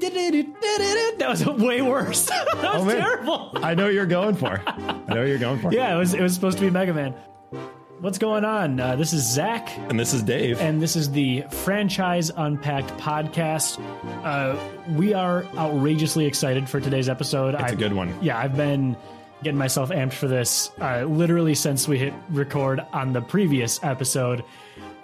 That was way worse. that was Oh, man. terrible. I know what you're going for. I know what you're going for. Yeah, it was it was supposed to be Mega Man. What's going on? Uh, this is Zach, And this is Dave. and this is the Franchise Unpacked podcast. Uh, we are outrageously excited for today's episode. it's a good one. yeah, I've been getting myself amped for this uh, literally since we hit record on the previous episode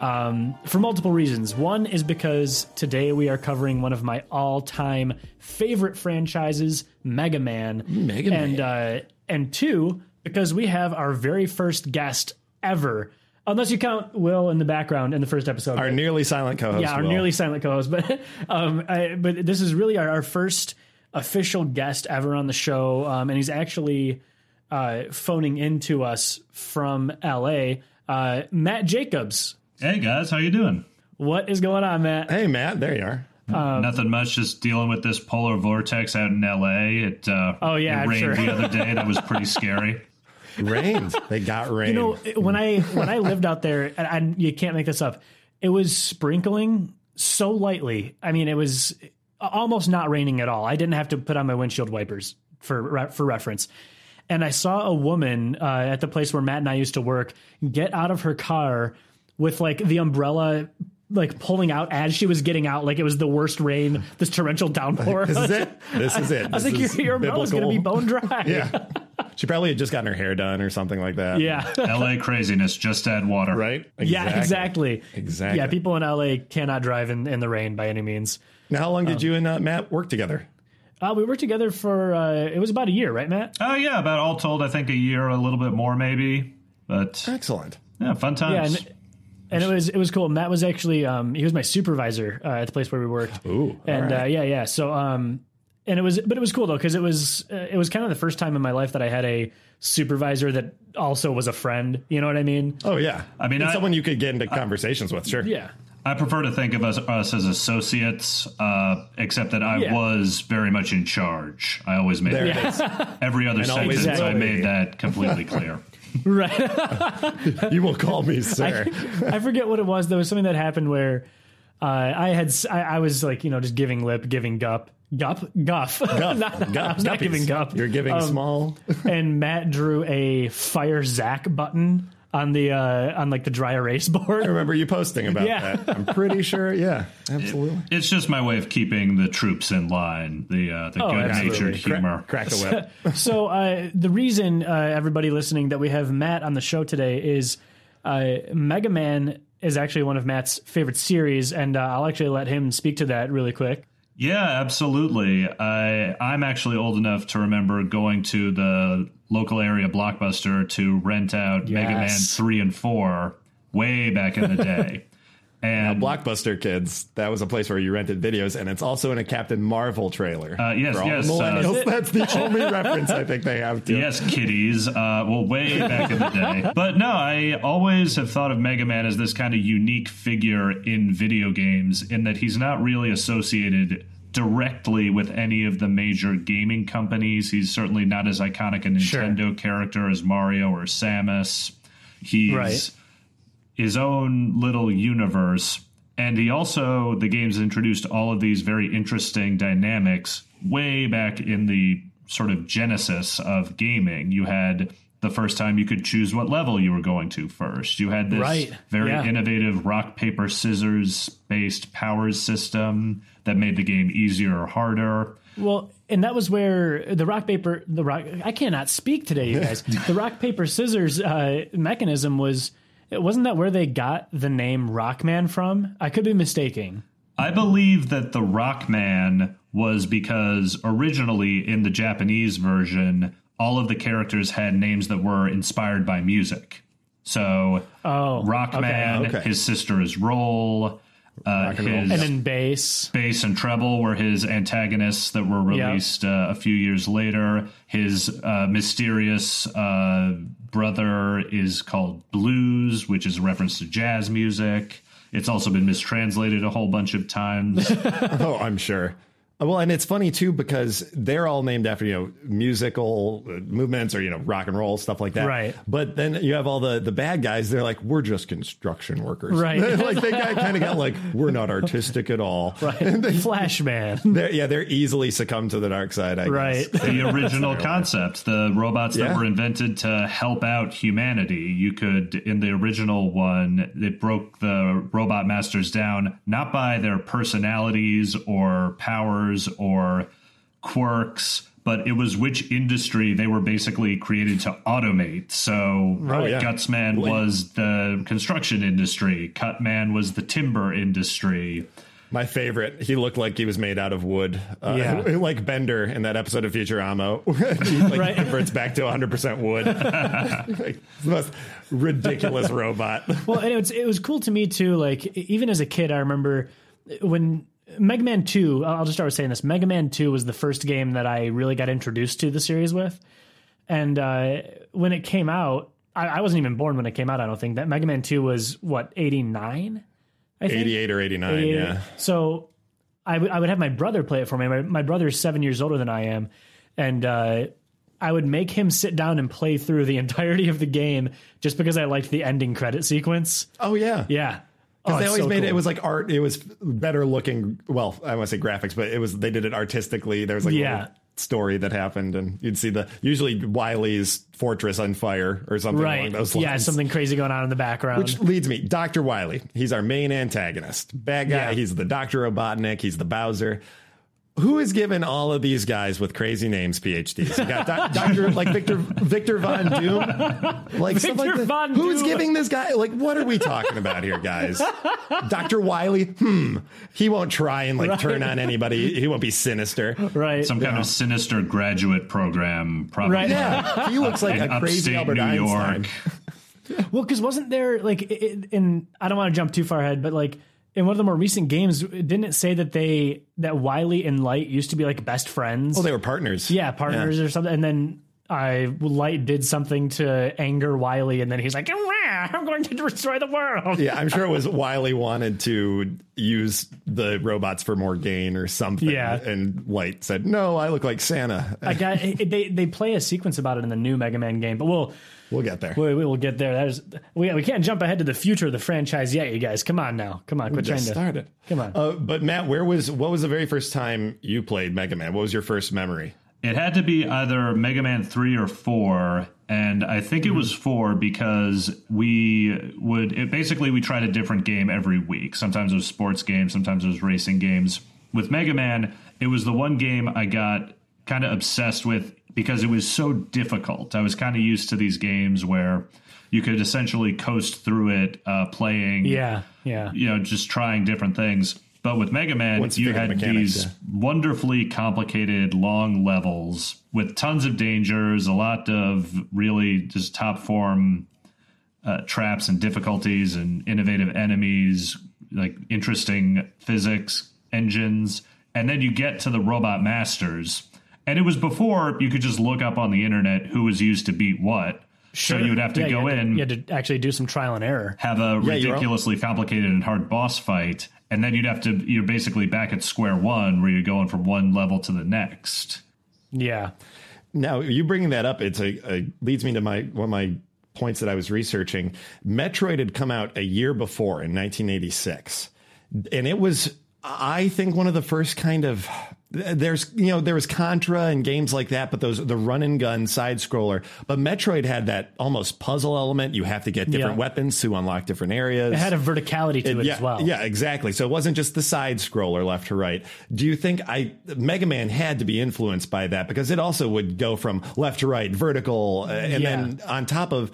um, for multiple reasons. One is because today we are covering one of my all time favorite franchises, Mega Man. Mega and, Uh, and two, because we have our very first guest ever. Unless you count Will in the background in the first episode. Our nearly silent co-host. Yeah, our Will. nearly silent co-host, but um, I, but this is really our, our first official guest ever on the show, um, and he's actually uh, phoning in to us from L.A. Uh, Matt Jacobs, Hey guys, how you doing? what is going on, Matt? Hey, Matt. There you are. Nothing much, just dealing with this polar vortex out in LA. It uh, Oh, yeah, it I'm rained sure. the other day. That was pretty scary. Rained. they got rain. You know, it- when I when I lived out there, and, and you can't make this up, it was sprinkling so lightly. I mean, it was almost not raining at all. I didn't have to put on my windshield wipers for re- for reference. And I saw a woman uh, at the place where Matt and I used to work get out of her car with like the umbrella like pulling out as she was getting out like it was the worst rain this torrential downpour this is it. This is it. i was This like your, is your umbrella's going to be biblical. bone dry Yeah. She probably had just gotten her hair done or something like that. yeah LA craziness, just add water. Right? Yeah, exactly. Exactly. Yeah, people in LA cannot drive in, in the rain by any means. Now, how long did Um, you and uh, Matt work together? Uh, we worked together for uh, it was about a year, right, Matt? Oh yeah, about all told, I think a year, a little bit more maybe. But Excellent. yeah, fun Yeah, times. and, and it was it was cool. Matt was actually um, he was my supervisor uh, at the place where we worked. Ooh. and uh, yeah, yeah. So um, and it was but it was cool though because it was uh, it was kind of the first time in my life that I had a supervisor that also was a friend. You know what I mean? oh, yeah. I mean, It's I- someone you could get into conversations with, sure. Yeah. I prefer to think of us, us as associates, uh, except that I Yeah. was very much in charge. I always made There it Yeah. is. every other always sentence. will I be. made that completely clear. Right. You will call me sir. I forget what it was. There was something that happened where uh, I had s- I, I was like you know just giving lip, giving gup, gup, guff, Guff, not, guff, I was not guppies. giving gup. You're giving Um, small. and Matt drew a fire Zach button on the uh, on like the dry erase I board. remember you posting about Yeah. that. I'm pretty sure. Yeah, absolutely. It's just my way of keeping the troops in line. The uh, the Oh, absolutely. good-natured humor. Crack the whip. so uh, the reason uh, everybody listening that we have Matt on the show today is uh, Mega Man is actually one of Matt's favorite series, and uh, I'll actually let him speak to that really quick. Yeah, absolutely. I I'm actually old enough to remember going to the local area blockbuster to rent out Mega Man Yes. three and four way back in the day. And Blockbuster Kids. That was a place where you rented videos, and it's also in a Captain Marvel trailer. Uh, yes, For all the yes, uh, millennials, Is that's the only reference I think they have to. Yes, kiddies. Uh, well, way back in the day. But no, I always have thought of Mega Man as this kind of unique figure in video games in that he's not really associated directly with any of the major gaming companies. He's certainly not as iconic a Nintendo character as Mario or Samus. He's Right. his own little universe. And he also, the games introduced all of these very interesting dynamics way back in the sort of genesis of gaming. You had the first time you could choose what level you were going to first. You had this Right, very yeah. innovative rock, paper, scissors based powers system that made the game easier or harder. Well, and that was where the rock paper the rock I cannot speak today, you guys. the rock paper scissors uh, mechanism was wasn't that where they got the name Rockman from? I could be mistaking. I believe that the Rockman was because originally in the Japanese version, all of the characters had names that were inspired by music. So Oh, Rockman, okay. his sister is Roll, uh, and roll. his and then bass. bass and treble were his antagonists that were released uh, a few years later. His uh, mysterious uh, brother is called blues, which is a reference to jazz music. It's also been mistranslated a whole bunch of times. Oh, I'm sure. Well, and it's funny too because they're all named after you know musical uh, movements or you know rock and roll stuff like that. Right. But then you have all the the bad guys. They're like we're just construction workers. Right. like they kind of got like we're not artistic at all. Right. Flash Man. They're, yeah, they're easily succumb to the dark side. I Right. Guess. the original concept the robots that Yeah. were invented to help out humanity you could in the original one it broke the robot masters down not by their personalities or powers or quirks but it was which industry they were basically created to automate. So Oh, yeah. Gutsman was the construction industry. Cutman was the timber industry. My favorite. He looked like he was made out of wood. Uh, Yeah. Like Bender in that episode of Futurama. he like Right. converts back to 100% wood. like, it's the most ridiculous robot. well, and it was it was cool to me too. Like e- even as a kid, I remember when Mega Man Two. I'll I'll just start with saying this: Mega Man Two was the first game that I really got introduced to the series with, and uh, when it came out, I, I wasn't even born when it came out. I don't think that Mega Man Two was what eighty nine. I think 88 or 89. Yeah. so I would I would have my brother play it for me. My, my brother's seven years older than I am, and uh, I would make him sit down and play through the entirety of the game just because I liked the ending credit sequence. Oh, yeah. Yeah, oh, They it's always so made it. cool. It was like art. It was better looking. Well, I want to say graphics, but it was. They did it artistically. There was like a Yeah. little story that happened, and you'd see the usually Wiley's fortress on fire or something along right. those lines. Yeah, something crazy going on in the background. Which leads me, Dr. Wiley. He's our main antagonist. Bad guy. Yeah. He's the Dr. Robotnik. He's the Bowser. Who is given all of these guys with crazy names PhDs? You got doc, Dr. like Victor Victor Von Doom. Like, stuff like Victor that. Von Who's Doom. giving this guy like what are we talking about here, guys? Dr. Wiley, hmm. He won't try and like turn on anybody. He won't be sinister. right. Some kind of sinister graduate program, probably. Right. Yeah. He looks like a crazy Upstate Albert New Einstein. York. Well, because wasn't there like i- i- in I don't want to jump too far ahead, but like in one of the more recent games, didn't it say that they that Wiley and Light used to be like best friends? Well, Oh, they were partners. yeah, partners or something. And then I Light did something to anger Wiley, and then he's like, "Rah, "I'm going to destroy the world." Yeah, I'm sure it was Wiley wanted to use the robots for more gain or something. Yeah. And Light said, No, I look like Santa. I got it- they they play a sequence about it in the new Mega Man game, but we'll We'll get there. we, we will get there. That is we we can't jump ahead to the future of the franchise yet, you guys. Come on now, come on, quit trying Just to started. Come on. Uh, but Matt, where was what was the very first time you played Mega Man? What was your first memory? It had to be either Mega Man 3 or 4, and I think it was 4 because we would it, basically we tried a different game every week. Sometimes it was sports games, sometimes it was racing games. With Mega Man, it was the one game I got kind of obsessed with because it was so difficult. I was kind of used to these games where you could essentially coast through it uh, playing yeah, yeah. you know just trying different things but with mega man Once you you figure the had mechanics, these yeah. wonderfully complicated long levels with tons of dangers a lot of really just top form uh, traps and difficulties and innovative enemies like interesting physics engines and then you get to the robot masters and it was before you could just look up on the internet who was used to beat what so you would have to Yeah, go you had in you had to actually do some trial and error. have a you're all- ridiculously complicated and hard boss fight, and then you'd have to you're basically back at square one where you're going from one level to the next. Yeah, Now you bringing that up, it's a, a leads me to my one of my points that I was researching. Metroid had come out a year before in 1986, and it was I think one of the first kind of there's you know there was Contra and games like that, but those the run and gun side scroller. But Metroid had that almost puzzle element. You have to get different Yeah. weapons to unlock different areas. it had a verticality to it, yeah, as well. Yeah, exactly. So it wasn't just the side scroller left to right. Do you think I Mega Man had to be influenced by that because it also would go from left to right, vertical, uh, and Yeah. then on top of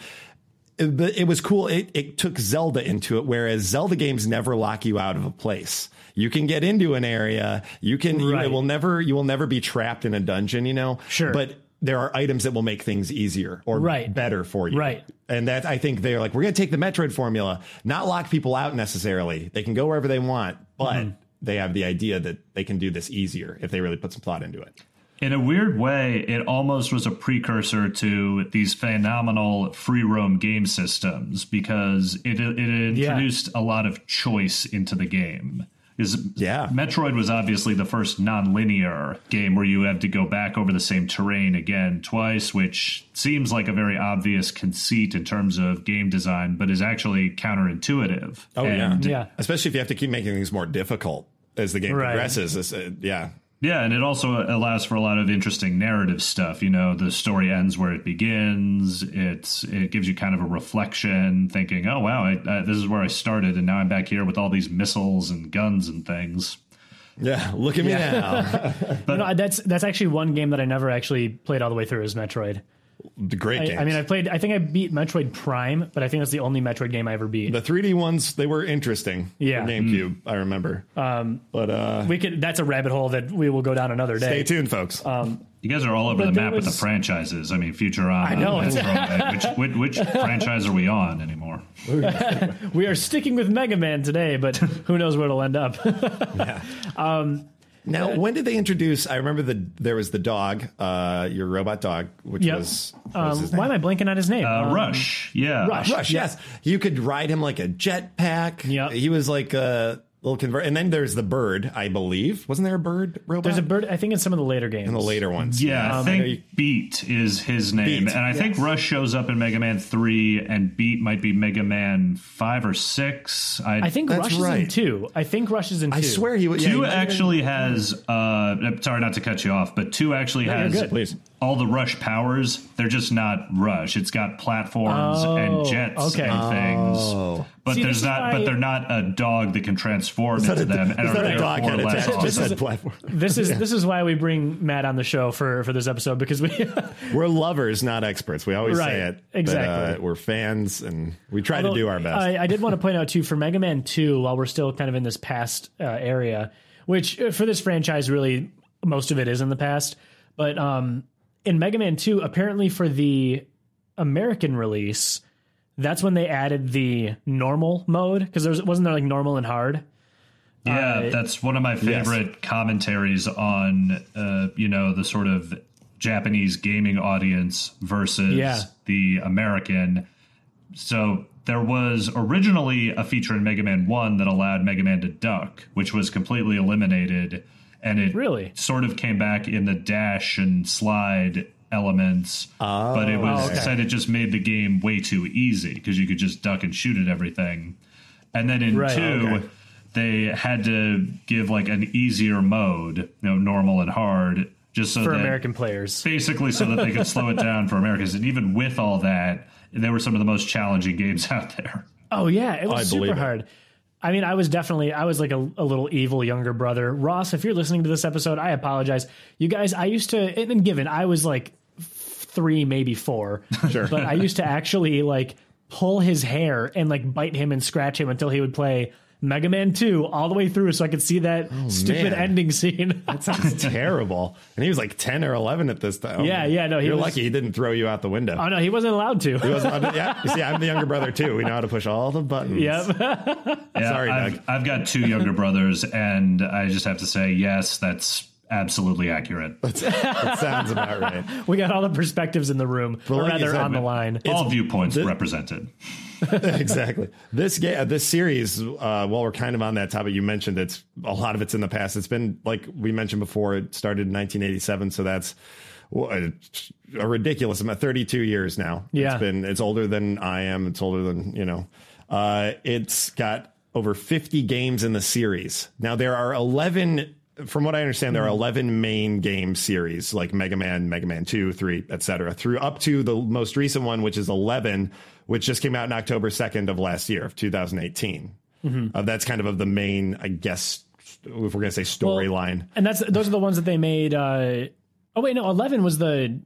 it, it was cool. It, it took Zelda into it, whereas Zelda games never lock you out of a place. You can get into an area. You can. You, Right. it will never. You will never be trapped in a dungeon. You know. Sure. But there are items that will make things easier or Right. better for you. Right. And that I think they're like, we're going to take the Metroid formula, not lock people out necessarily. They can go wherever they want, but Mm-hmm. they have the idea that they can do this easier if they really put some thought into it. In a weird way, it almost was a precursor to these phenomenal free roam game systems because it it introduced a lot of choice into the game. is Yeah. Metroid was obviously the first non-linear game where you have to go back over the same terrain again twice, which seems like a very obvious conceit in terms of game design, but is actually counterintuitive. Oh, yeah. And- Yeah. Especially if you have to keep making things more difficult as the game Right. progresses. It's, uh, yeah. Yeah, and it also allows for a lot of interesting narrative stuff. You know, the story ends where it begins. It's it gives you kind of a reflection, thinking, "Oh wow, I, I, this is where I started, and now I'm back here with all these missiles and guns and things." Yeah. Look at me now. You know, that's that's actually one game that I never actually played all the way through is Metroid. The Great I, game. I mean, I played. I think I beat Metroid Prime, but I think that's the only Metroid game I ever beat. the 3D ones, they were interesting. Yeah. For GameCube, I remember. Um, but uh, we could. That's a rabbit hole that we will go down another stay day. tuned, folks. You guys are all over But the there map with was- the franchises. I mean, Futurama. I know, it's- which, which which franchise are we on anymore? We are sticking with Mega Man today, but who knows where it'll end up? now, when did they introduce? I remember the there was the dog, uh, your robot dog, which Yep. was. what was um, his why am name? I blanking on his name? Uh, Um, Rush. Yeah. Rush. Rush, yes. You could ride him like a jetpack. Yep. He was like a little convert. And then there's the bird, I believe. Wasn't there a bird robot? There's a bird. I think in some of the later games. the later ones. Yeah, I know you- think Beat is his name, Beat, and I think Rush shows up in Mega Man three, and Beat might be Mega Man five or six. I, I think That's Rush is in right. two. I think Rush is in two. I swear he was. yeah, he two might have been- actually has. Uh, sorry, not to cut you off, but two actually you're has good. Please. all the Rush powers. They're just not Rush. It's got platforms Oh, and jets okay. and things, but See, this there's is not. why- But they're not a dog that can transform into Is that a- them. and is are that a therefore dog head less attached to awesome. said platform? This is this is why we bring Matt on the show for for this episode because we We're lovers, not experts. We always Right, say it. exactly. uh, we're fans and we try to do our best. I, I did want to point out too for Mega Man Two, while we're still kind of in this past uh, area, which uh, for this franchise really most of it is in the past. But um, in Mega Man Two, apparently for the American release, that's when they added the normal mode because there was, wasn't there like normal and hard. Yeah, that's one of my favorite commentaries on, uh, you know, the sort of Japanese gaming audience versus Yeah. the American. So there was originally a feature in Mega Man 1 that allowed Mega Man to duck, which was completely eliminated. And it Really? sort of came back in the dash and slide elements. Ah. Oh. but it was Oh, okay. said it just made the game way too easy because you could just duck and shoot at everything. And then in Right. two, Okay. they had to give like an easier mode, you know, normal and hard, just so For Mm-hmm. that, American players, basically so that they could slow it down for Americans. And even with all that, they were some of the most challenging games out there. Oh yeah, it was I super believe it. hard. I mean, I was definitely I was like a, a little evil younger brother. Ross, if you're listening to this episode, I apologize. You guys, I used to and and given I was like f- three, maybe four, sure. but I used to actually like pull his hair and like bite him and scratch him until he would play Mega Man Two all the way through, so I could see that stupid Oh, man. ending scene. It's terrible. And he was like 10 or 11 at this time. Yeah, yeah, no, he You're was- lucky he didn't throw you out the window. oh no, he wasn't allowed to. He was- yeah, you see, I'm the younger brother too. We know how to push all the buttons. Yep. Yeah, Sorry, I've, Doug. I've got two younger brothers, and I just have to say, yes, that's absolutely accurate. That sounds about right. we got all the perspectives in the room, or like you rather said, on the man, line. all viewpoints represented. exactly. This game, this series. Uh, while we're kind of on that topic, you mentioned it's a lot of it's in the past. It's been like we mentioned before. It started in 1987, so that's wha- a, a ridiculous amount. 32 years now. Yeah. it's been. It's older than I am. It's older than you know. Uh, it's got over 50 games in the series. Now there are 11. From what I understand, there are Mm-hmm. 11 main game series like Mega Man, Mega Man 2, 3, etc., through up to the most recent one, which is 11, which just came out in October 2nd of last year, of 2018. Mm-hmm. Uh, that's kind of of the main, I guess, if we're going to say storyline. and that's those are the ones that they made. Uh, oh wait, no, eleven was the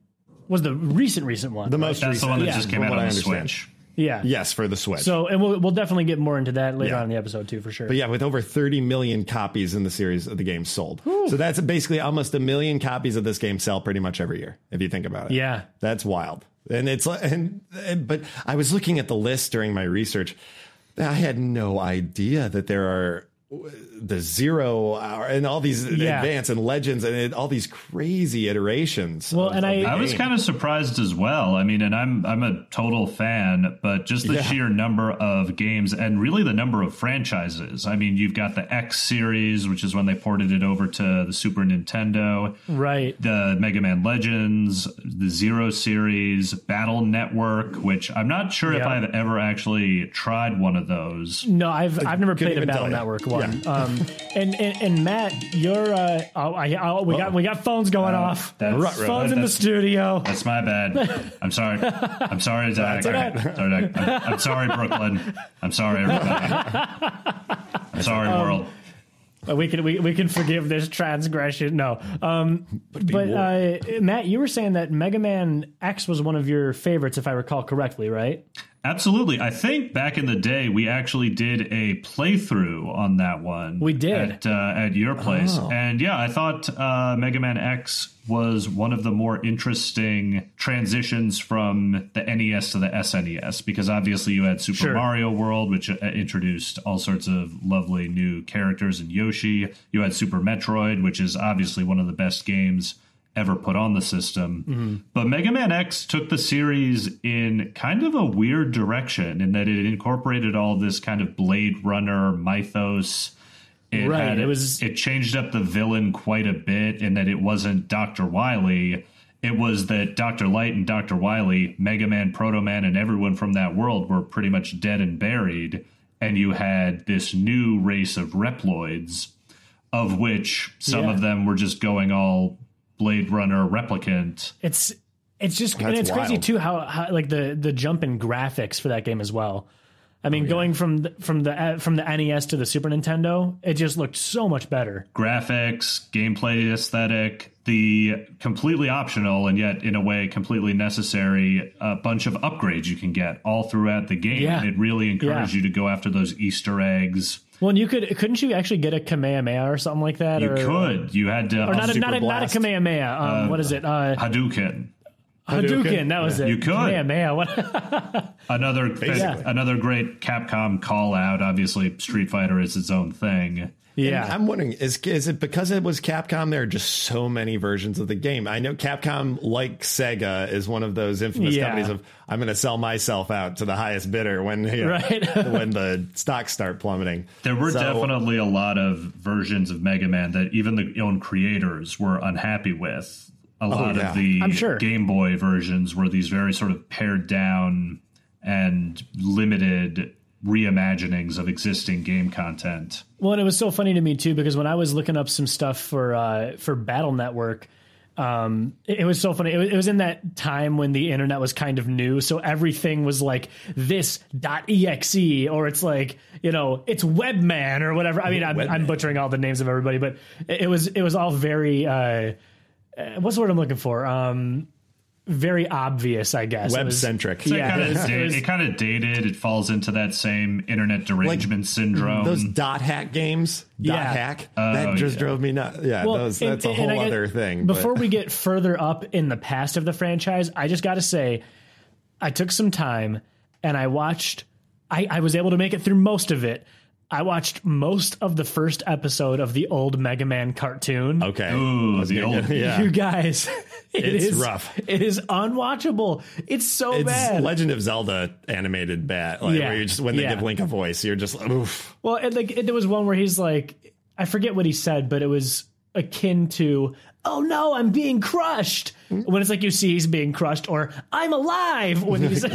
was the recent recent one. the most That's the recent. one that Yeah, just came from out what on I the understand. Switch. yeah. Yes, for the Switch. So, and we'll we'll definitely get more into that later Yeah. on in the episode too, for sure. But yeah, with over 30 million copies in the series of the game sold. So that's basically almost a million copies of this game sell pretty much every year, if you think about it. Yeah. That's wild. And it's like, and, and- but I was looking at the list during my research. I had no idea that there are uh, the zero hour and all these Yeah. advance and legends and it, all these crazy iterations. Well, of- and of the I- I was game. kind of surprised as well. I mean, and I'm I'm a total fan, but just the Yeah. sheer number of games and really the number of franchises. I mean, you've got the X series, which is when they ported it over to the Super Nintendo, Right. the Mega Man Legends, the Zero series, Battle Network, which I'm not sure if Yeah. I've ever actually tried one of those. No, I've I've never played a even Battle tell ya. Network one. Um, and, and and Matt, you're uh, oh, I, oh, we got we got phones going off. that's- Ruh, ruh. phones in the That's- studio. That's my bad. I'm sorry. I'm sorry, Zach. Sorry, Zach. I'm, I'm sorry, Brooklyn. I'm sorry, everybody. I'm sorry, Um, world. Uh, We can we, we can forgive this transgression. No, um, but, uh, Matt, you were saying that Mega Man X was one of your favorites, if I recall correctly, right? Absolutely. I think back in the day, we actually did a playthrough on that one. We did. At, uh, at your place. And yeah, I thought uh, Mega Man X was one of the more interesting transitions from the NES to the SNES because obviously you had Super Sure. Mario World, which uh, introduced all sorts of lovely new characters and Yoshi. You had Super Metroid, which is obviously one of the best games ever put on the system. But Mega Man X took the series in kind of a weird direction in that it incorporated all this kind of Blade Runner mythos. It Right, had- it was- it changed up the villain quite a bit in that it wasn't Dr. Wily. It was that Dr. Light and Dr. Wily, Mega Man, Proto Man, and everyone from that world were pretty much dead and buried. And you had this new race of Reploids, of which some Yeah. of them were just going all Blade Runner replicant. It's it's just and That's it's crazy wild. too how, how like the the jump in graphics for that game as well. I Oh, mean, going from the, from the uh, from the NES to the Super Nintendo, it just looked so much better. graphics, gameplay aesthetic, the completely optional and yet in a way completely necessary uh, bunch of upgrades you can get all throughout the game. Yeah. And it really encouraged you to go after those Easter eggs. Well, and you could couldn't you actually get a Kamehameha or something like that? You or, could. You had uh, to or not a, not Hadouken. a, not a Blast. Kamehameha. Um, what is it? Uh, Hadouken. Hadouken. That was it. You could. Kamehameha. What? Another another great Capcom call out. Obviously, Street Fighter is its own thing. yeah. I'm wondering is is it because it was Capcom? There are just so many versions of the game. I know Capcom, like Sega, is one of those infamous Yeah. companies of I'm going to sell myself out to the highest bidder when you know, Right. when the stocks start plummeting. There were So- definitely a lot of versions of Mega Man that even the own creators were unhappy with. A lot yeah. of the Oh, I'm sure. Game Boy versions were these very sort of pared down and limited reimaginings of existing game content. Well, and it was so funny to me too because when I was looking up some stuff for uh, for Battle Network, um, it, it was so funny. It was, it was in that time when the internet was kind of new, so everything was like this .exe or it's like you know it's Webman or whatever. I mean, I'm, I'm butchering all the names of everybody, but it, it was it was all very uh, uh, what's the word I'm looking for? Um, very obvious, I guess. It Web was- centric. It Yeah, kinda it was- da- it was- it kind of dated. It falls into that same internet derangement syndrome. Those dot hack games, dot Yeah. hack, Oh, that just drove me nuts. Yeah, those, and- that's a and I whole get- other thing. but- Before we get further up in the past of the franchise, I just got to say, I took some time and I watched. I, I was able to make it through most of it. I watched most of the first episode of the old Mega Man cartoon. okay, Ooh, I was the gonna old- get- Oh, yeah. You guys, it's rough. It is unwatchable. It's so it's bad. Legend of Zelda animated bat. Like, Yeah. where you just when they Yeah. give Link a voice, you're just like, oof. Well, and like it, there was one where he's like, I forget what he said, but it was akin to, "Oh no, I'm being crushed." When it's like you see he's being crushed, or "I'm alive." When he's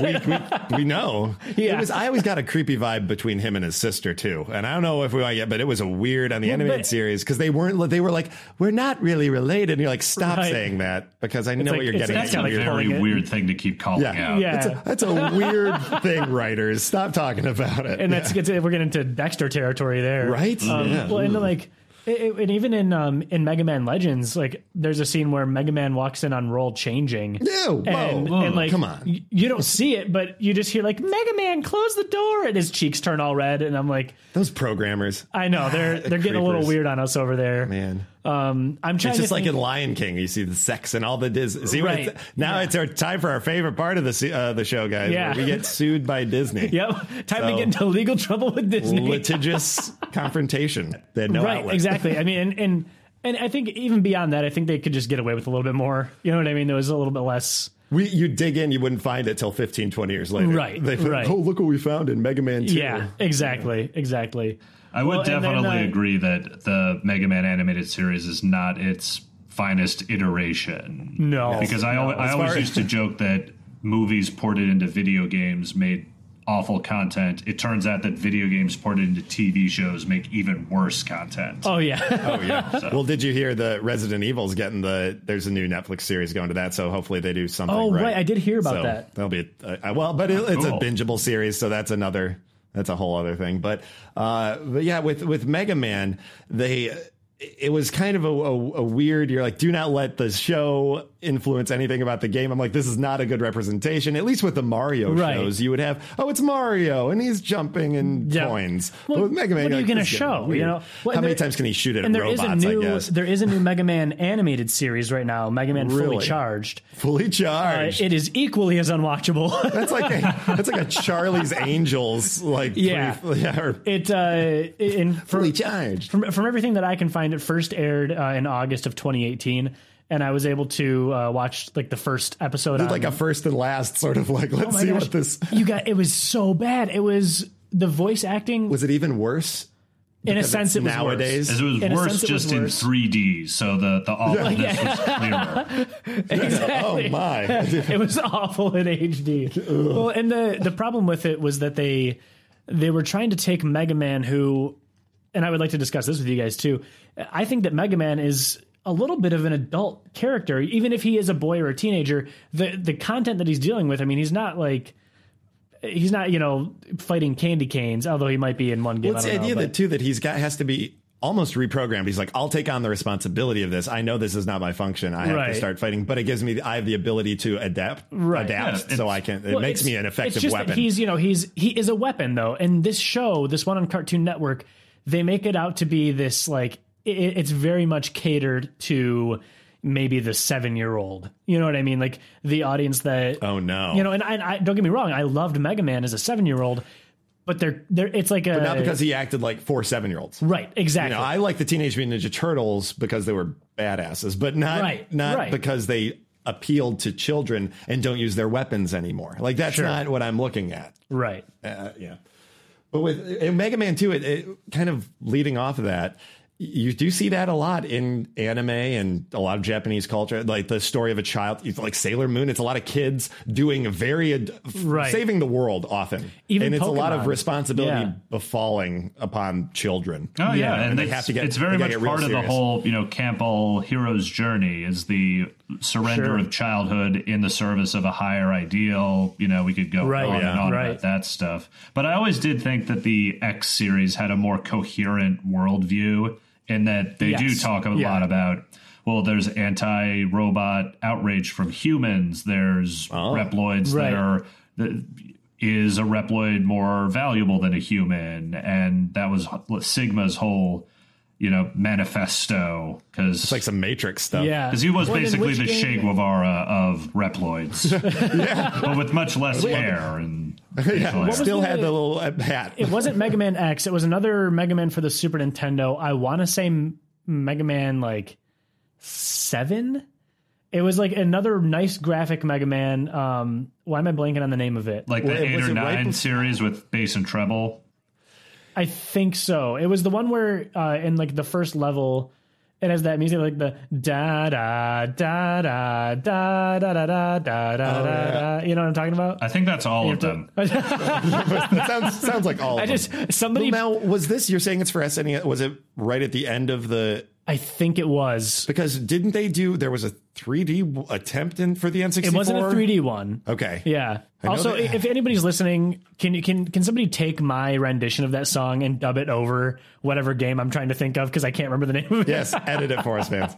We know. Yeah. It was, I always got a creepy vibe between him and his sister too. And I don't know if we want yet, but it was a weird on the animated but- series because they weren't. They were like, we're not really related. And you're like, stop Right. saying that because I know like- what you're it's getting. like- at. That's Yeah, a like You're- very calling it- weird thing to keep calling yeah, out. Yeah. It's a- that's a weird thing, writers. Stop talking about it. and that's it's, we're getting into Dexter territory there, Right? Um, Yeah. Well, and like. it- it- and even in um, in Mega Man Legends, like there's a scene where Mega Man walks in on roll changing. Yeah, whoa. and, and, like come on. y- you don't see it, but you just hear like Mega Man close the door, and his cheeks turn all red, and I'm like, Those programmers. I know they're they're getting a little Creepers. weird on us over there. Man, Um, I'm trying it's just to like think, in Lion King. You see the sex and all the dis. See Right. what it's, now it's our time for our favorite part of the se- uh, the show, guys. where Yeah. we get sued by Disney. yep, time to So- get into legal trouble with Disney. litigious confrontation. They had no right, outlet. exactly. I mean, and, and and I think even beyond that, I think they could just get away with a little bit more. You know what I mean? There was a little bit less. We, you dig in, you wouldn't find it till 15, 20 years later. Right, They went, right. Oh, look what we found in Mega Man 2. Yeah, exactly, exactly. I would Well, and then, definitely uh, agree that the Mega Man animated series is not its finest iteration. No, because I, al- I as always far- used to joke that movies ported into video games made awful content. It turns out that video games ported into TV shows make even worse content. oh yeah, Oh, yeah. Well, did you hear the Resident Evil's getting the, there's a new Netflix series going to that. So hopefully they do something. Oh, right. I did hear about So that. That'll be, uh, uh, well, but it, it's Cool. a bingeable series. So that's another, that's a whole other thing. But, uh, but yeah, with, with Mega Man, they, it was kind of a, a, a weird, you're like, do not let the show influence anything about the game. I'm like, this is not a good representation, at least with the Mario Right. shows. You would have, oh, it's Mario and he's jumping and Yeah. coins. Well, but with Mega Man, what you're are you like, gonna this is getting show, you weird. know? Well, How and many there- times can he shoot at and there is robots? a I new guess there is a new Mega Man animated series right now, Mega Man Fully Really? Charged. fully Uh, charged. it is equally as unwatchable. that's like a, that's like a Charlie's Angels, like Yeah. brief- yeah, or It uh, and fully from, charged. from from everything that I can find, it first aired uh, in August of 2018, and I was able to uh, watch like the first episode. Like a first and last sort of like, let's Oh my see gosh. what this you got. It was so bad. It was the voice acting. was. It even worse in a Because sense, it's it was nowadays. worse. As it was In a worse sense, it was just in worse. 3D, so the, the awfulness was clearer. Exactly. Oh, my. it was awful in HD. Well, and the the problem with it was that they they were trying to take Mega Man, who, and I would like to discuss this with you guys too. I think that Mega Man is a little bit of an adult character, even if he is a boy or a teenager. The the content that he's dealing with, I mean, he's not like. He's not, you know, fighting candy canes, although he might be in one game. Well, it's I the don't idea know, that too that he's got has to be almost reprogrammed. He's like, I'll take on the responsibility of this. I know this is not my function. I have Right. to start fighting, but it gives me I have the ability to adapt, Right. adapt, Yeah, so it's- I can. It Well, makes it's- me an effective it's just weapon. That he's you know he's he is a weapon though, and this show, this one on Cartoon Network, they make it out to be this like it, it's very much catered to maybe the seven year old. You know what I mean? Like the audience that oh no, you know, and I, and I don't get me wrong, I loved Mega Man as a seven year old, but they're they're it's like a not because he acted like four seven year olds. right exactly. You know, I like the Teenage Mutant Ninja Turtles because they were badasses, but not Right, not right. because they appealed to children and don't use their weapons anymore. Like that's not what I'm looking at. right. Uh, yeah. But with in Mega Man 2, it, it kind of leading off of that, you do see that a lot in anime and a lot of Japanese culture, like the story of a child, it's like Sailor Moon. It's a lot of kids doing very ad- f- Right. saving the world often, Even and it's a lot Pokemon. of responsibility Yeah. befalling upon children. Oh yeah, and, and they it's- have to get- it's very they gotta much get real part of the serious. whole you know Campbell hero's journey is the surrender Sure. of childhood in the service of a higher ideal. You know, we could go Right, on and yeah. on right. about that stuff, but I always did think that the X series had a more coherent worldview in that they do Yes. talk a Yeah. lot about. Well, there's anti-robot outrage from humans. There's Oh. Reploids Right. that are that is a Reploid more valuable than a human, and that was Sigma's whole, you know, manifesto because It's like some Matrix stuff. Yeah, because he was Well, then basically which the game- Che Guevara of Reploids, but with much less hair and facial hair. Still the- had the little uh, hat. it wasn't Mega Man X. It was another Mega Man for the Super Nintendo. I want to say M- Mega Man like seven. It was like another nice graphic Mega Man. Um, why am I blanking on the name of it? like the Well, eight was or it right nine bef- series with bass and treble. I think so. It was the one where uh, in like the first level, it has that music like the da da da da da da da da da da da. da. You know what I'm talking about? Oh, I think that's all of them. That sounds sounds like all. Of I them. just somebody. now was this you're saying it's for SNES? Was it right at the end of the I think it was. Because didn't they do? There was a 3D w- attempt in for the N64. It wasn't a 3D one. Okay. Yeah. know Also, that- if anybody's listening, can you can can somebody take my rendition of that song and dub it over whatever game I'm trying to think of because I can't remember the name of it. Yes. Edit it for us, fans.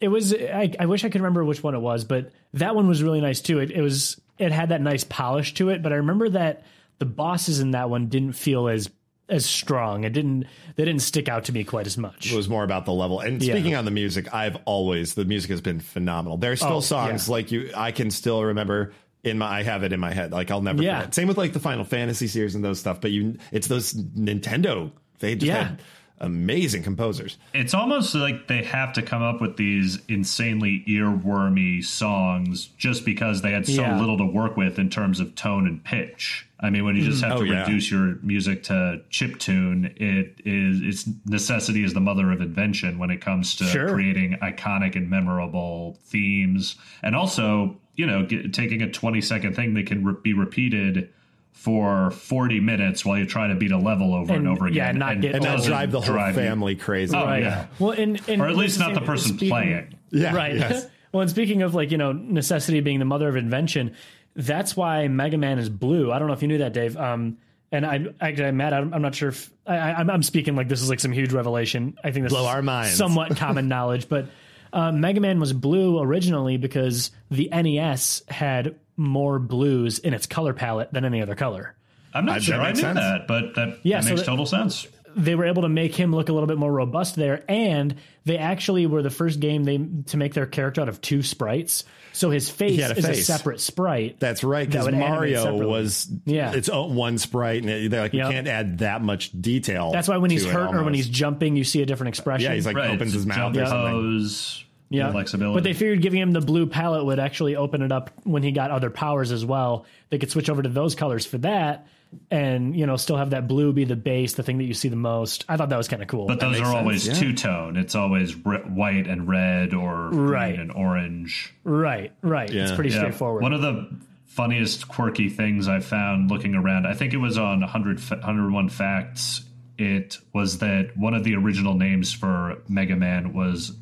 It was I, I wish I could remember which one it was, but that one was really nice too. It it was it had that nice polish to it, but I remember that the bosses in that one didn't feel as as strong. It didn't they didn't stick out to me quite as much. It was more about the level. And speaking on the music, I've always the music has been phenomenal. There's still Oh, songs like you. I can still remember in my. I have it in my head. Like I'll never. Yeah. Forget. Same with like the Final Fantasy series and those stuff. But you, it's those Nintendo They just Yeah. had amazing composers. It's almost like they have to come up with these insanely earwormy songs just because they had so Yeah. little to work with in terms of tone and pitch. I mean, when you Mm-hmm. just have Oh, to yeah. reduce your music to chip tune, it is its necessity is the mother of invention when it comes to Sure. creating iconic and memorable themes, and also you know get, taking a twenty second thing that can re- be repeated. For forty minutes, while you try to beat a level over and, And, over again, yeah, not get And that Doesn't drive the whole you family crazy. Oh, Right. yeah. Well, and, and or at least not same- the person speaking- playing. Yeah. Right. yes. well, and speaking of like, you know, necessity being the mother of invention, that's why Mega Man is blue. I don't know if you knew that, Dave. Um, and I, actually, I'm mad. I'm, I'm not sure if I, I, I'm- I'm speaking like this is like some huge revelation. I think this Blow is our minds. Somewhat common knowledge, but uh, Mega Man was blue originally because the NES had more blues in its color palette than any other color. I'm not That- sure Uh, that I knew makes sense. that, but that, Yeah, that so makes that- total sense. they were able to make him look a little bit more robust there and they actually were the first game they to make their character out of two sprites so his face had a is a face. separate sprite That's right, That because would animate Mario separately. was Yeah. its own one sprite, and it- they're like, Yep. we can't add that much detail. that's why when he's to it hurt or when almost. he's jumping you see a different expression yeah, he's like Right. opens his mouth jump or something. pose, Yeah. flexibility. but they figured giving him the blue palette would actually open it up when he got other powers as well they could switch over to those colors for that and you know still have that blue be the base the thing that you see the most i thought that was kind of cool but those are makes always sense, yeah. two tone. It's always re- white and red, or Right. green and orange. right right it's Yeah. pretty Yeah. straightforward One of the funniest quirky things I found looking around, I think it was on 100, fa- 101 Facts, it was that one of the original names for Mega Man was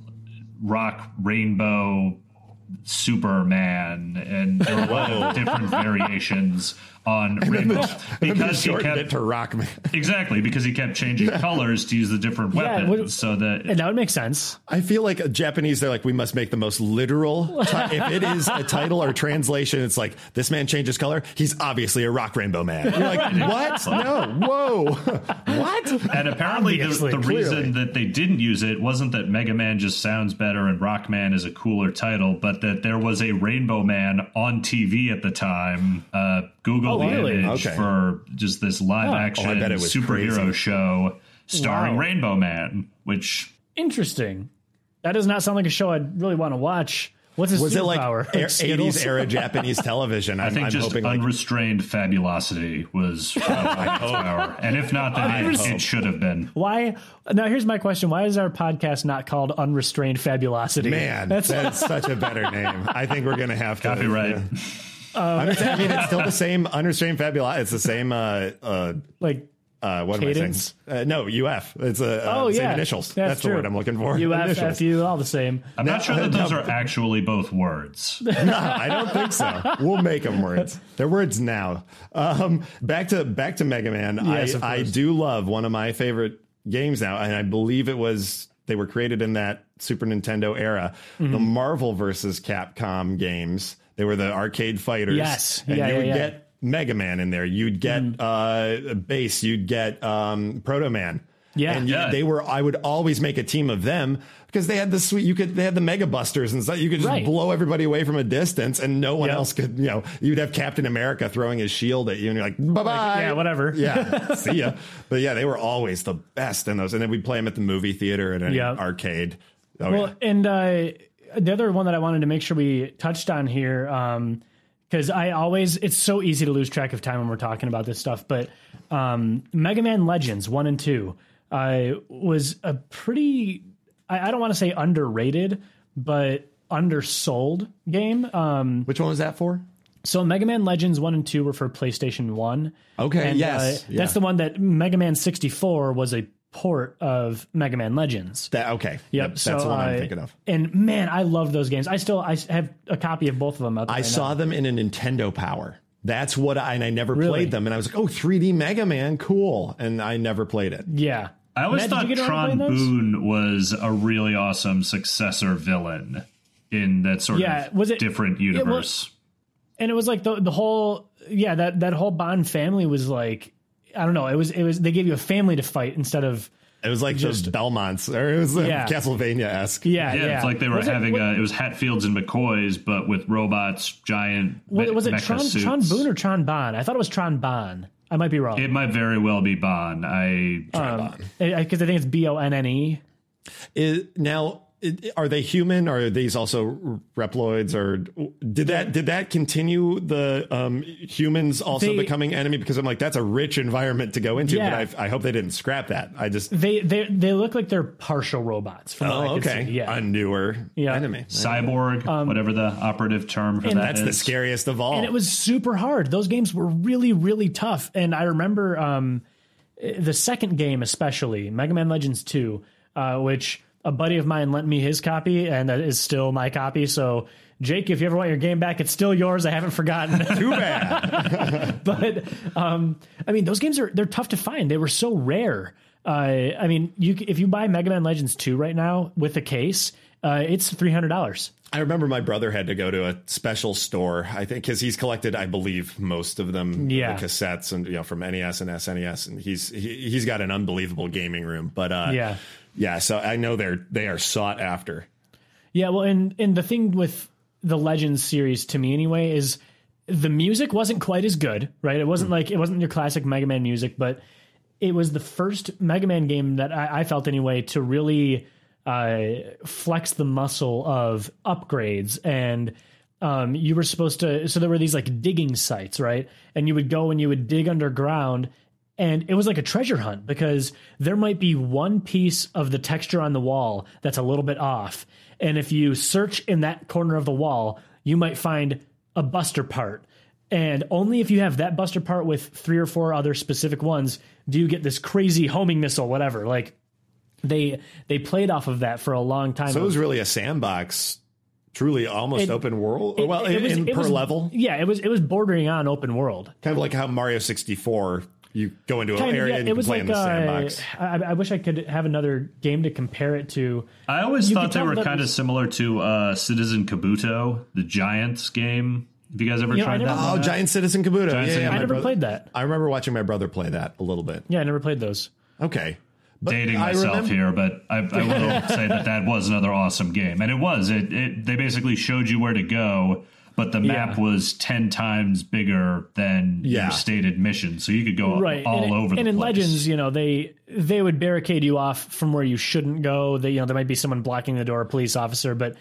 Rock Rainbow Superman, and there were a lot of different variations on Rainbow. Because he Shortened kept, it to rock man. exactly, because he kept changing colors to use the different Yeah, weapons. what- so that and that would make sense I feel like a Japanese, they're like, we must make the most literal. ti- if it is a title or translation, it's like, this man changes color. He's obviously a rock rainbow man. You're like, what? No, whoa. what? And apparently, the, Obviously, the clearly. reason that they didn't use it wasn't that Mega Man just sounds better and Rockman is a cooler title, but that there was a Rainbow Man on TV at the time. Uh, Google Oh, the really? image Okay. for just this live action Oh, I bet it was superhero crazy. show starring Wow. Rainbow Man, which Interesting. That does not sound like a show I'd really want to watch. What's his Was it like superpower? air- 80s Skittles? era Japanese television? I'm, I think I'm just hoping like unrestrained fabulosity was Rainbow Man's power. And if not, then it, it should have been. Why? Now, here's my question. Why is our podcast not called Unrestrained Fabulosity? Man, That's, that's, such a better name. I think we're gonna have to Copyright. yeah. I'm just- I mean, it's still the same unrestrained fabulous. It's the same. Uh, uh, like, uh, what Cadence? am I saying? Uh, no, UF. It's uh, uh, oh, same yeah. initials. That's, That's, the true. word I'm looking for. You F, E Initials. F, you, all the same. I'm not sure that those are actually both words. No, I don't think so. We'll make them words. They're words now. Um, back to back to Mega Man. Yes, of I, I course. do love one of my favorite games now, and I believe it was they were created in that Super Nintendo era. Mm-hmm. The Marvel versus Capcom games. They were the arcade fighters. Yes. and Yeah, you yeah, would yeah. Mm-hmm. get Mega Man in there. You'd get uh, Base. You'd get um, Proto Man. Yeah. and you- Yeah. they were. I would always make a team of them because they had the sweet. You could they had the Mega Busters and stuff. You could just Right. blow blow everybody away from a distance and no one Yeah. else could, you know, you'd have Captain America throwing his shield at you and you're like, bye bye. yeah, whatever. Yeah, see ya. But yeah, they were always the best in those. And then we'd play them at the movie theater and an Yeah. arcade. Oh, Well, and uh, the other one that I wanted to make sure we touched on here, because I always it's so easy to lose track of time when we're talking about this stuff. But um, Mega Man Legends one and two uh, was a pretty I, I don't want to say underrated, but undersold game. Um, Which one was that for? so Mega Man Legends one and two were for PlayStation one. Okay, And, yes. uh, yeah. that's the one that Mega Man sixty four was a port of Mega Man Legends. That- okay. Yep. That's so the one I- I'm thinking of. And man, I love those games. I still I s- have a copy of both of them. Out there I right saw them in a Nintendo Power. That's what I, and I never played them. And I was like, oh, 3D Mega Man, cool. And I never played it. Now. Yeah. I always Matt, did thought you get around to Tron playing those? Boone was a really awesome successor villain in that sort Yeah, of was it- different universe. And it was like the the whole yeah that that whole Bond family was like I don't know it was it was they gave you a family to fight instead of It was like those Belmonts, or it was uh, Yeah. Castlevania esque. yeah yeah, yeah, it's like they were was having it, a, it was Hatfields and McCoys, but with robots, giant. was, me- was it mecha Tron suits. Tron Boone or Tron Bond? I thought it was Tron Bond. I might be wrong. It might very well be Bon. I Uh, Because I 'cause I think it's B O N N E. Is, now, i- are they human? Are these also reploids? Or did that did that continue the um, humans also They- becoming enemy? Because I'm like, that's a rich environment to go into. Yeah. But I, I hope they didn't scrap that. I just They they they look like they're partial robots. From what I oh can okay, see. Yeah. a newer Yeah. enemy. cyborg, um, whatever the operative term for that That's the is. scariest of all. and it was super hard. Those games were really, really tough. And I remember um, the second game, especially Mega Man Legends 2, uh, which a buddy of mine lent me his copy, and that is still my copy. So, Jake, if you ever want your game back, it's still yours. I haven't forgotten. Too bad. but um, I mean, those games are they're tough to find. They were so rare. Uh, I mean, you c- if you buy Mega Man Legends 2 right now with a case, uh, it's three hundred dollars. I remember my brother had to go to a special store. I think because he's collected, I believe, most of them. Yeah. the cassettes and you know from NES and SNES, and he's he, he's got an unbelievable gaming room. But uh, Yeah. yeah. So I know they're they are sought after. Yeah, well, and and the thing with the Legends series to me anyway is the music wasn't quite as good, right? It wasn't like it wasn't your classic Mega Man music, but it was the first Mega Man game that I, I felt anyway to really uh, flex the muscle of upgrades and. Um, you were supposed to, so there were these like digging sites, right? And you would go and you would dig underground, and it was like a treasure hunt because there might be one piece of the texture on the wall that's a little bit off. And if you search in that corner of the wall, you might find a buster part. And only if you have that buster part with three or four other specific ones do you get this crazy homing missile, whatever. Like they they played off of that for a long time. So it was really a sandbox, truly almost It- open world. well, in, in per was- level, Yeah, it was it was bordering on open world. kind of like how Mario sixty four, you go into an Kind of, area yeah, and you can play in the uh, sandbox. I, I wish I could have another game to compare it to. I always could thought they tell were that kind of was- similar to uh, Citizen Kabuto, the Giants game. Have you guys ever You know, I tried never- that? Oh, one? Giant Citizen Kabuto! yeah, Citizen yeah, my Kabuto. I never brother- played that. I remember watching my brother play that a little bit. Yeah, I never played those. Okay. But dating I myself remember- here, but I, I will say that that was another awesome game, and it was. It, it they basically showed you where to go, but the map Yeah. was ten times bigger than Yeah. your stated mission, so you could go right all and, it- over. and the in place. legends you know they they would barricade you off from where you shouldn't go that you know there might be someone blocking the door a police officer but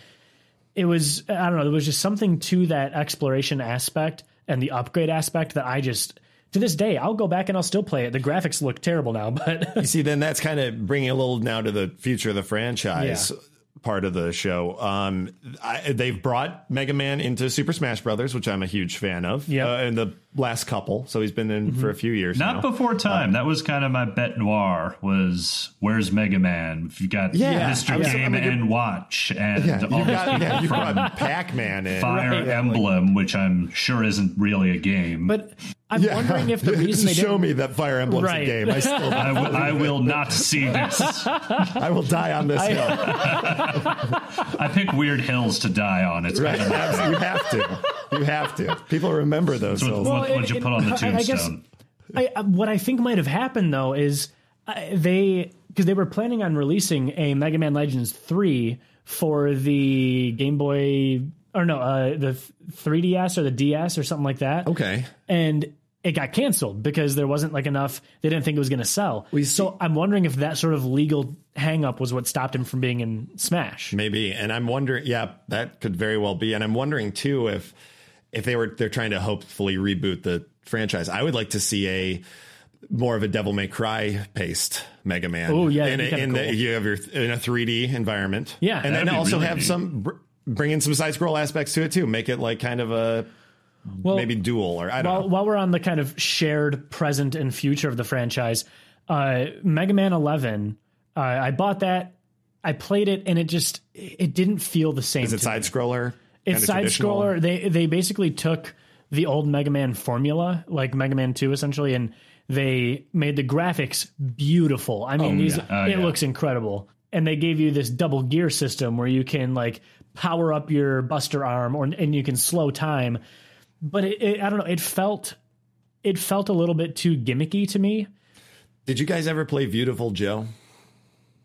it was i don't know there was just something to that exploration aspect and the upgrade aspect that i just to this day i'll go back and i'll still play it the graphics look terrible now but You see, then that's kind of bringing a little now to the future of the franchise Yeah. part of the show. Um, I, they've brought Mega Man into Super Smash Brothers, which I'm a huge fan of. Yep. Mm-hmm. Uh, and the last couple. So he's been in for a few years Not now. before time. that was kind of my bet noir. Was where's Mega Man? If you got Yeah, I Mr. was- Game I'm a good- and Watch and you all this got, yeah, you brought Pac Man in. Fire Emblem, which I'm sure isn't really a game. but i'm Yeah. wondering if the reason they show didn't me that Fire Emblem's Right. a game. I still, I, w- I will not see this. I will die on this hill. I pick weird hills to die on. It's Right, you have to. You have to. People remember those. So hills. what- what, would it- you it- put on the I- I guess- tombstone? I, I- what I think might have happened though is uh, they because they were planning on releasing a Mega Man Legends three for the Game Boy or no uh, the th- 3DS or the DS or something like that. okay. and it got canceled because there wasn't like enough. They didn't think it was going to sell. so I'm wondering if that sort of legal hang up was what stopped him from being in Smash. Maybe. And I'm wondering, yeah, that could very well be. And I'm wondering too if if they were they're trying to hopefully reboot the franchise. I would like to see a more of a Devil May Cry paced Mega Man. Ooh, yeah, in, that'd a, be kinda in the, cool. you have your in a 3D environment. Yeah. and That'd then be also really have neat. some br- bring in some side scroll aspects to it too. Make it like kind of a Well, maybe dual or I don't while, know. while we're on the kind of shared present and future of the franchise, uh, Mega Man 11, uh, I bought that, I played it, and it just it didn't feel the same. Is it to me. side scroller? It's side scroller. They they basically took the old Mega Man formula, like Mega Man 2 essentially, and they made the graphics beautiful. I mean, these Oh, it yeah. looks incredible. And they gave you this double gear system where you can like power up your buster arm or and you can slow time. But it, it, I don't know, it felt it felt a little bit too gimmicky to me. Did you guys ever play Beautiful Joe?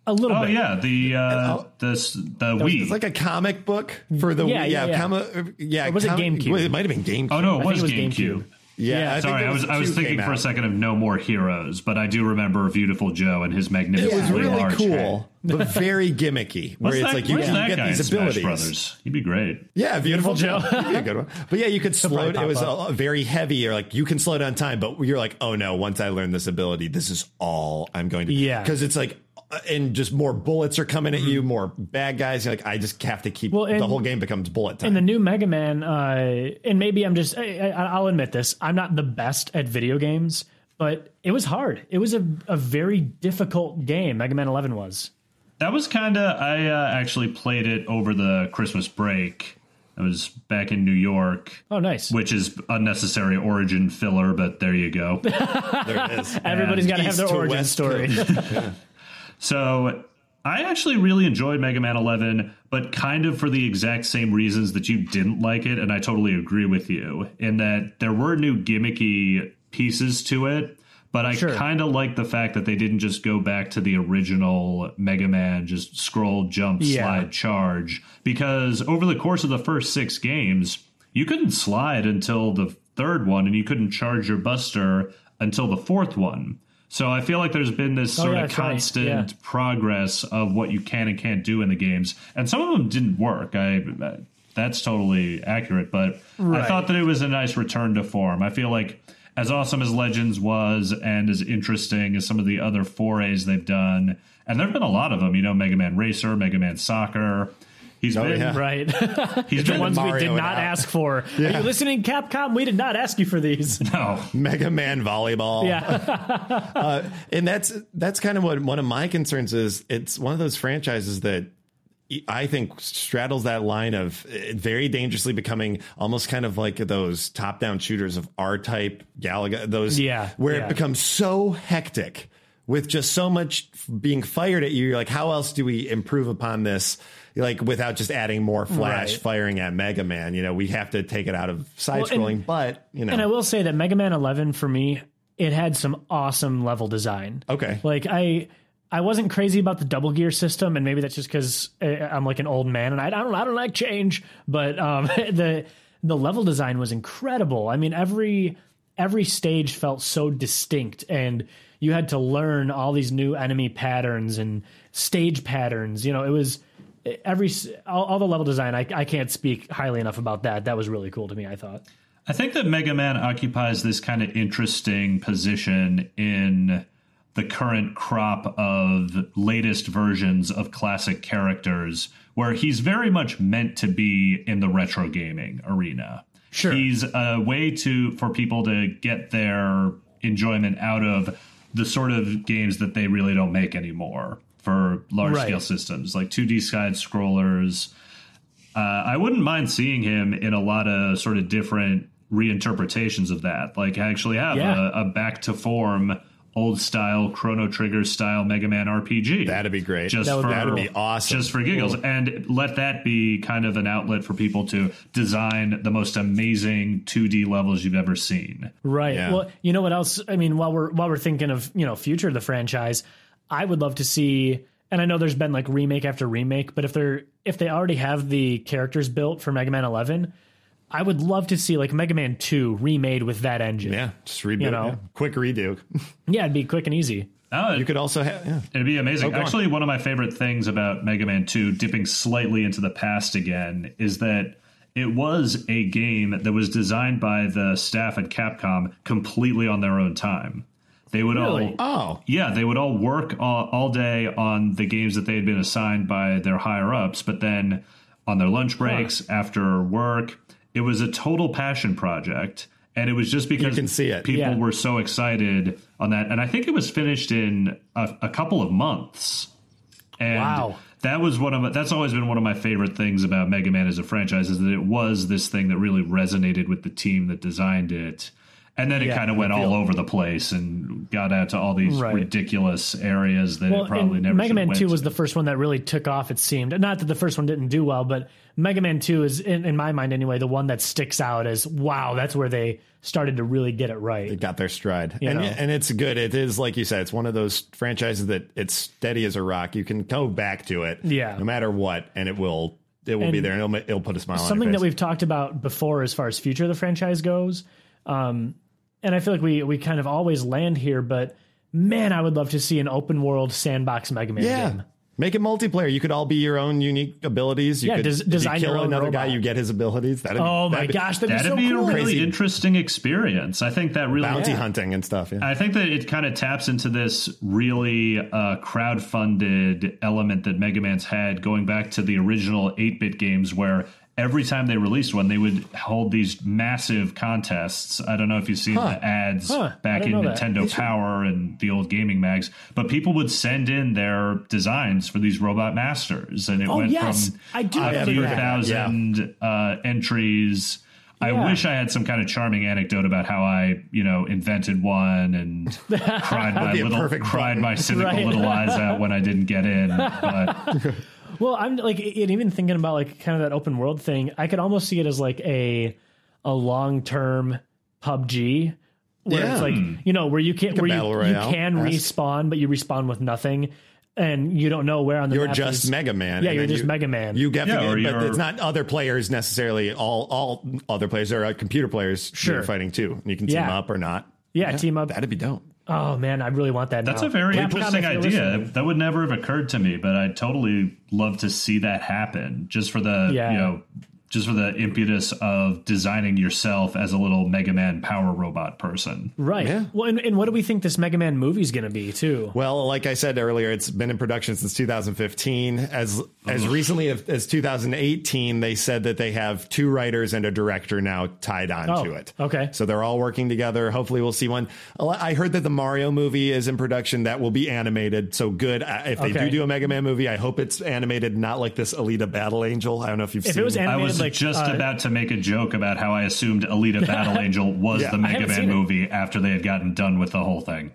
A little Oh bit. yeah, the uh, this the Wii. It's like a comic book for the Yeah, Wii. yeah, Yeah, yeah. yeah. yeah Or was it comic- GameCube? well, It might have been GameCube. oh no, it think was, it was GameCube. GameCube. Yeah, Yeah. I think Sorry, there I was I was two thinking came for a out. second of No More Heroes, but I do remember Beautiful Joe and his It magnificently was really large head. cool, but very gimmicky. Where What's it's that, like you where's can that get guy in these Smash abilities. Brothers? He'd be great. Yeah, beautiful Joe. That'd be a good one. But yeah, you could slow. probably It was pop a, very heavy, or like you can slow down time, but you're like, oh no, once I learn this ability, this is all I'm going to. Yeah. because it's like, uh, and just more bullets are coming at Mm-hmm. you, more bad guys. You're like, I just have to keep. Well, and- the whole game becomes bullet time. And the new Mega Man, uh, and maybe I'm just, I, I, I'll admit this, I'm not the best at video games, but it was hard. It was a, a very difficult game, Mega Man 11 was. That was kind of. I uh, actually played it over the Christmas break. I was back in New York, Oh, nice. which is unnecessary origin filler, but there you go. there it is. Everybody's got to have East their to origin West story. So I actually really enjoyed Mega Man 11, but kind of for the exact same reasons that you didn't like it. And I totally agree with you in that there were new gimmicky pieces to it. But I Sure. kind of like the fact that they didn't just go back to the original Mega Man, just scroll, jump, Yeah. slide, charge. Because over the course of the first six games, you couldn't slide until the third one, and you couldn't charge your Buster until the fourth one. So I feel like there's been this Oh, sort yeah, of that's right. constant Yeah. progress of what you can and can't do in the games, and some of them didn't work. I that's totally accurate, but I Right. thought that it was a nice return to form. I feel like as awesome as Legends was, and as interesting as some of the other forays they've done, and there've been a lot of them. You know, Mega Man Racer, Mega Man Soccer. He's Oh, been yeah. right. he's the been ones we Mario did and not Al. ask for. Are you listening, Capcom? We did not ask you for these. no. Mega Man volleyball. Yeah. Uh, and that's that's kind of what one of my concerns is. It's one of those franchises that I think straddles that line of uh, very dangerously becoming almost kind of like those top-down shooters of R-type, Galaga, those Yeah, where yeah. it becomes so hectic with just so much f- being fired at you. You're like, how else do we improve upon this? Like without just adding more flash Right. firing at Mega Man, you know, we have to take it out of side-scrolling. but you know, And I will say that Mega Man 11 for me, it had some awesome level design. okay, Like I, I wasn't crazy about the double gear system, and maybe that's just because I'm like an old man and I, I don't, I don't like change. But um, the the level design was incredible. I mean, every every stage felt so distinct, and you had to learn all these new enemy patterns and stage patterns. You know, it was eh, every s- all, all the level design. I, I can't speak highly enough about that. That was really cool to me. I thought. I think that Mega Man occupies this kind of interesting position in the current crop of latest versions of classic characters, where he's very much meant to be in the retro gaming arena. Sure. He's a way to for people to get their enjoyment out of the sort of games that they really don't make anymore for large scale Right. systems, like 2D side scrollers, uh, I wouldn't mind seeing him in a lot of sort of different reinterpretations of that. Like, I actually have Yeah. a, a back to form, old style Chrono Trigger style Mega Man RPG. that'd be great. just That would for, be That'd be awesome. Just for giggles, and let that be kind of an outlet for people to design the most amazing 2D levels you've ever seen. Right. Yeah. Well, you know what else? I mean, while we're while we're thinking of you know future of the franchise, I would love to see. And I know there's been like remake after remake, but if they're if they already have the characters built for Mega Man 11, I would love to see like Mega Man 2 remade with that engine. yeah, just redo, You it, know. yeah. quick redo. Yeah, it'd be quick and easy. Oh, You could also have, yeah. It'd be amazing. Oh, go on. Actually, one of my favorite things about Mega Man 2, dipping slightly into the past again, is that it was a game that was designed by the staff at Capcom completely on their own time. They would Really? all Oh, yeah, they would all work all, all day on the games that they had been assigned by their higher ups, but then on their lunch breaks, after work, it was a total passion project. And it was just because can see it. people Yeah. were so excited on that. And I think it was finished in a, a couple of months. And Wow. that was one of that's always been one of my favorite things about Mega Man as a franchise is that it was this thing that really resonated with the team that designed it. And then it Yeah, kind of went all over the place and got out to all these Right. ridiculous areas that Well, it probably and never Mega should've Man went 2 was the to. first one that really took off it seemed. Not that the first one didn't do well, but Mega Man 2 is in, in my mind anyway the one that sticks out as wow, that's where they started to really get it right. it got their stride. You and, know. and it's good. It is, like you said, it's one of those franchises that it's steady as a rock. You can go back to it Yeah. no matter what, and it will. It will be And there, and it'll, ma- it'll put a smile on something your that face. we've talked about before as far as future of the franchise goes Um, and I feel like we we kind of always land here, but man, I would love to see an open world sandbox Mega Man Yeah. game. Make it multiplayer. You could all be your own unique abilities. You Yeah, could, des- if you design your kill own another guy, robot. you get his abilities. That'd be, Oh my that'd be- gosh, that'd, That'd be be so a cool. really Crazy. interesting experience. I think that really Bounty Yeah. hunting and stuff. Yeah. I think that it kind of taps into this really uh, crowdfunded element that Mega Man's had going back to the original 8 bit games, where every time they released one, they would hold these massive contests. I don't know if you've seen the ads Huh. I back don't in know that. Nintendo Power and the old gaming mags, but people would send in their designs for these robot masters. And it Oh, went yes. from I do a remember few that. thousand uh, entries. Yeah. I wish I had some kind of charming anecdote about how I, you know, invented one and cried my be a little perfect cried button. my cynical Right. little eyes out when I didn't get in. But Well, I'm like, and even thinking about like kind of that open world thing, I could almost see it as like a a long term PUBG where it's Yeah. like you know where you can where battle you, you royale can esque. respawn, but you respawn with nothing, and you don't know where on the You're map just is- Mega Man. Yeah, and you're then just you- Mega Man. You get, Yeah, to or get but you're- it's not other players necessarily. All all other players there are uh, computer players. Sure. you're fighting too. You can team Yeah. up or not. yeah, team up. That'd be dope. Oh man, I really want that. that's now. a very Capcom, interesting if you're idea. listening. That would never have occurred to me, but I'd totally love to see that happen. Just for the Yeah. you know just for the impetus of designing yourself as a little Mega Man power robot person. Right. Well, and, and what do we think this Mega Man movie's going to be too? Well, like I said earlier, it's been in production since 2015. As as recently as, as 2018, they said that they have two writers and a director now tied on Oh, to it. okay. so they're all working together. Hopefully, we'll see one. A lot- I heard that the Mario movie is in production that will be animated. So good. I- If they Okay. do do a Mega Man movie, I hope it's animated, not like this Alita Battle Angel. I don't know if you've If seen. it was I animated, was like just uh, about to make a joke about how I assumed Alita Battle Angel was Yeah. the I Mega haven't seen Man it. movie after they had gotten done with the whole thing.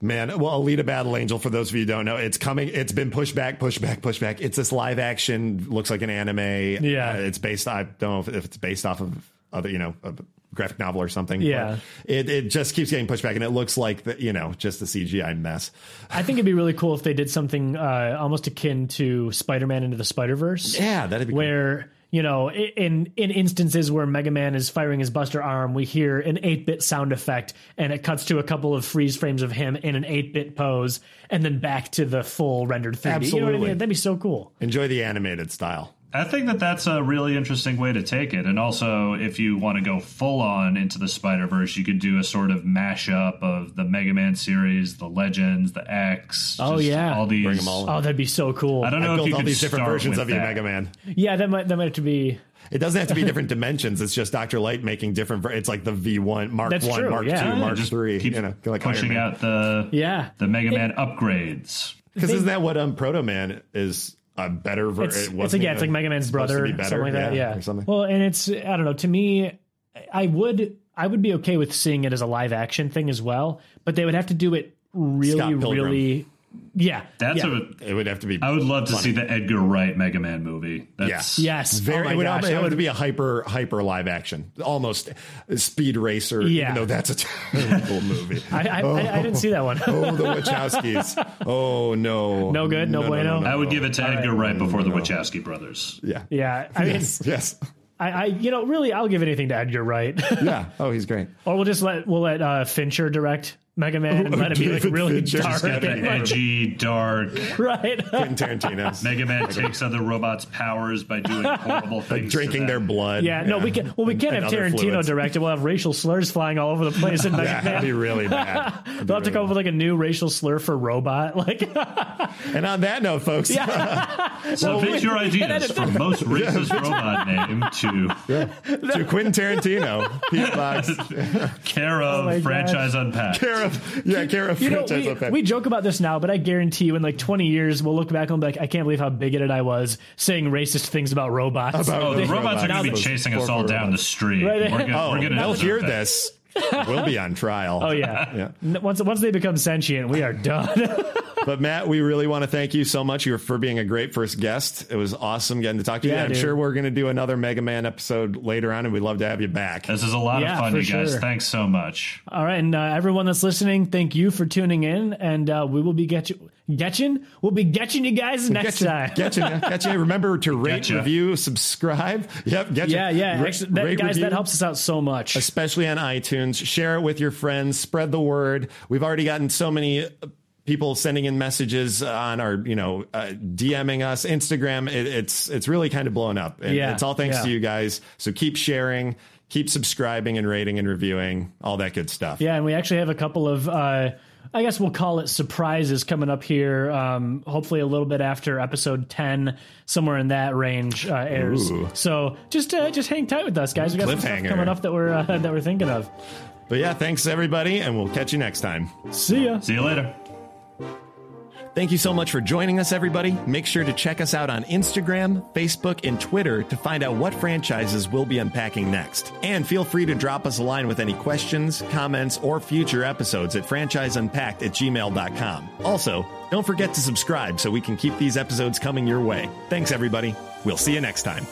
Man, well, Alita Battle Angel, for those of you who don't know, it's coming. It's been pushed back, pushed back, pushed back. It's this live action, looks like an anime. Yeah. Uh, it's based, I don't know if, if it's based off of other, you know, a graphic novel or something. Yeah. But It, it just keeps getting pushed back and it looks like, the, you know, just the CGI mess. I think it'd be really cool if they did something uh, almost akin to Spider-Man into the Spider-Verse. Yeah, that'd be cool. where you know i- in in instances where Mega Man is firing his Buster arm, we hear an eight bit sound effect, and it cuts to a couple of freeze frames of him in an eight bit pose, and then back to the full rendered three D. You know what I Absolutely. mean? That'd be so cool. Enjoy the animated style. I think that that's a really interesting way to take it. And also, if you want to go full on into the Spider Verse, you could do a sort of mashup of the Mega Man series, the Legends, the X. Oh, just yeah. all these. Bring 'em all. Oh, that'd be so cool. I don't I know if built you all could these different start versions with of your that. Mega Man. Yeah, that might that might have to be. It doesn't have to be different dimensions. It's just Dr. Light making different. ver- It's like the V1, Mark That's 1, true, Mark yeah. 2, Yeah, Mark Just 3. keep You know, like Iron pushing Man. out the Yeah, the Mega Man upgrades. Because isn't that what um, Proto Man is a better it's, version? it's like yeah, it's like Mega Man's brother, something like that. Yeah, or something. Well, and it's I don't know. To me, I would I would be okay with seeing it as a live action thing as well, but they would have to do it Scott really, Pilgrim. really. Yeah, That's yeah. a. it would have to be. I would love to see the Edgar Wright Mega Man movie. That's yes, very, oh my it would, gosh, almost- it I would would- be a hyper hyper live action, almost speed racer. Yeah. even though that's a terrible movie. I, I, I, I didn't see that one. oh, the Wachowskis. Oh no, No good, no bueno? I would give it to Edgar Wright before the No. Wachowski brothers. Yeah, yeah, I mean, yes, yes, I, I you know really I'll give anything to Edgar Wright, yeah. Oh, he's great. or we'll just let we'll let uh, Fincher direct Mega Man and let it be like Oh, David really Fincher's dark, gotta be and, like, Edgy, dark. right? Quentin Tarantino. Mega Man takes other robots' powers by doing horrible things. to Drinking them. their blood. Yeah, no, we can. Well, we can't and have other Tarantino fluids. direct it. We'll have racial slurs flying all over the place in Mega Yeah, Man. that'd be really bad. That'd be They'll have to really come up with like a new racial slur for robot. Like, bad. And on that note, folks, Submit your ideas from most racist robot name to to Quentin Tarantino, Pete Box, care of my franchise unpacked. care of yeah, care of you know, franchise we, effect. we joke about this now, but I guarantee you, in like 20 years, we'll look back and be like, I can't believe how bigoted I was saying racist things about robots. About- Oh, the Those robots robots. are going to be Those chasing poor, us all poor down the robots. street. Right. We're going oh, we're gonna they'll deserve hear that. this. we'll be on trial. oh yeah. Yeah. N- Once once they become sentient, we are done. But Matt, we really want to thank you so much You're- for being a great first guest. It was awesome getting to talk to you. Yeah, I'm dude. sure we're going to do another Mega Man episode later on, and we'd love to have you back. This is a lot Yeah, of fun, for you guys. sure. Thanks so much. all right, and uh, everyone that's listening, thank you for tuning in, and uh, we will be get you. Getchin. We'll be getching you guys next getcha, time. Getcha, getcha. Remember to rate, Getcha. review, subscribe. Yep, getcha. yeah, yeah. Ra- Actually, that, rate, guys, review, that helps us out so much. Especially on iTunes. Share it with your friends. Spread the word. We've already gotten so many uh, people sending in messages on our, you know, uh, DMing us, Instagram. It, it's it's really kind of blown up. And Yeah, it's all thanks yeah. to you guys. So keep sharing, keep subscribing and rating and reviewing, all that good stuff. Yeah, and we actually have a couple of, uh, I guess we'll call it surprises coming up here. Um, hopefully, a little bit after episode ten, somewhere in that range uh, airs. Ooh. So just uh, just hang tight with us, guys. We got some stuff Cliffhanger. coming up that we're uh, that we're thinking of. But yeah, thanks everybody, and we'll catch you next time. See ya. See you later. Thank you so much for joining us, everybody. Make sure to check us out on Instagram, Facebook, and Twitter to find out what franchises we'll be unpacking next. And feel free to drop us a line with any questions, comments, or future episodes at franchiseunpacked at gmail.com. Also, don't forget to subscribe so we can keep these episodes coming your way. Thanks, everybody. We'll see you next time.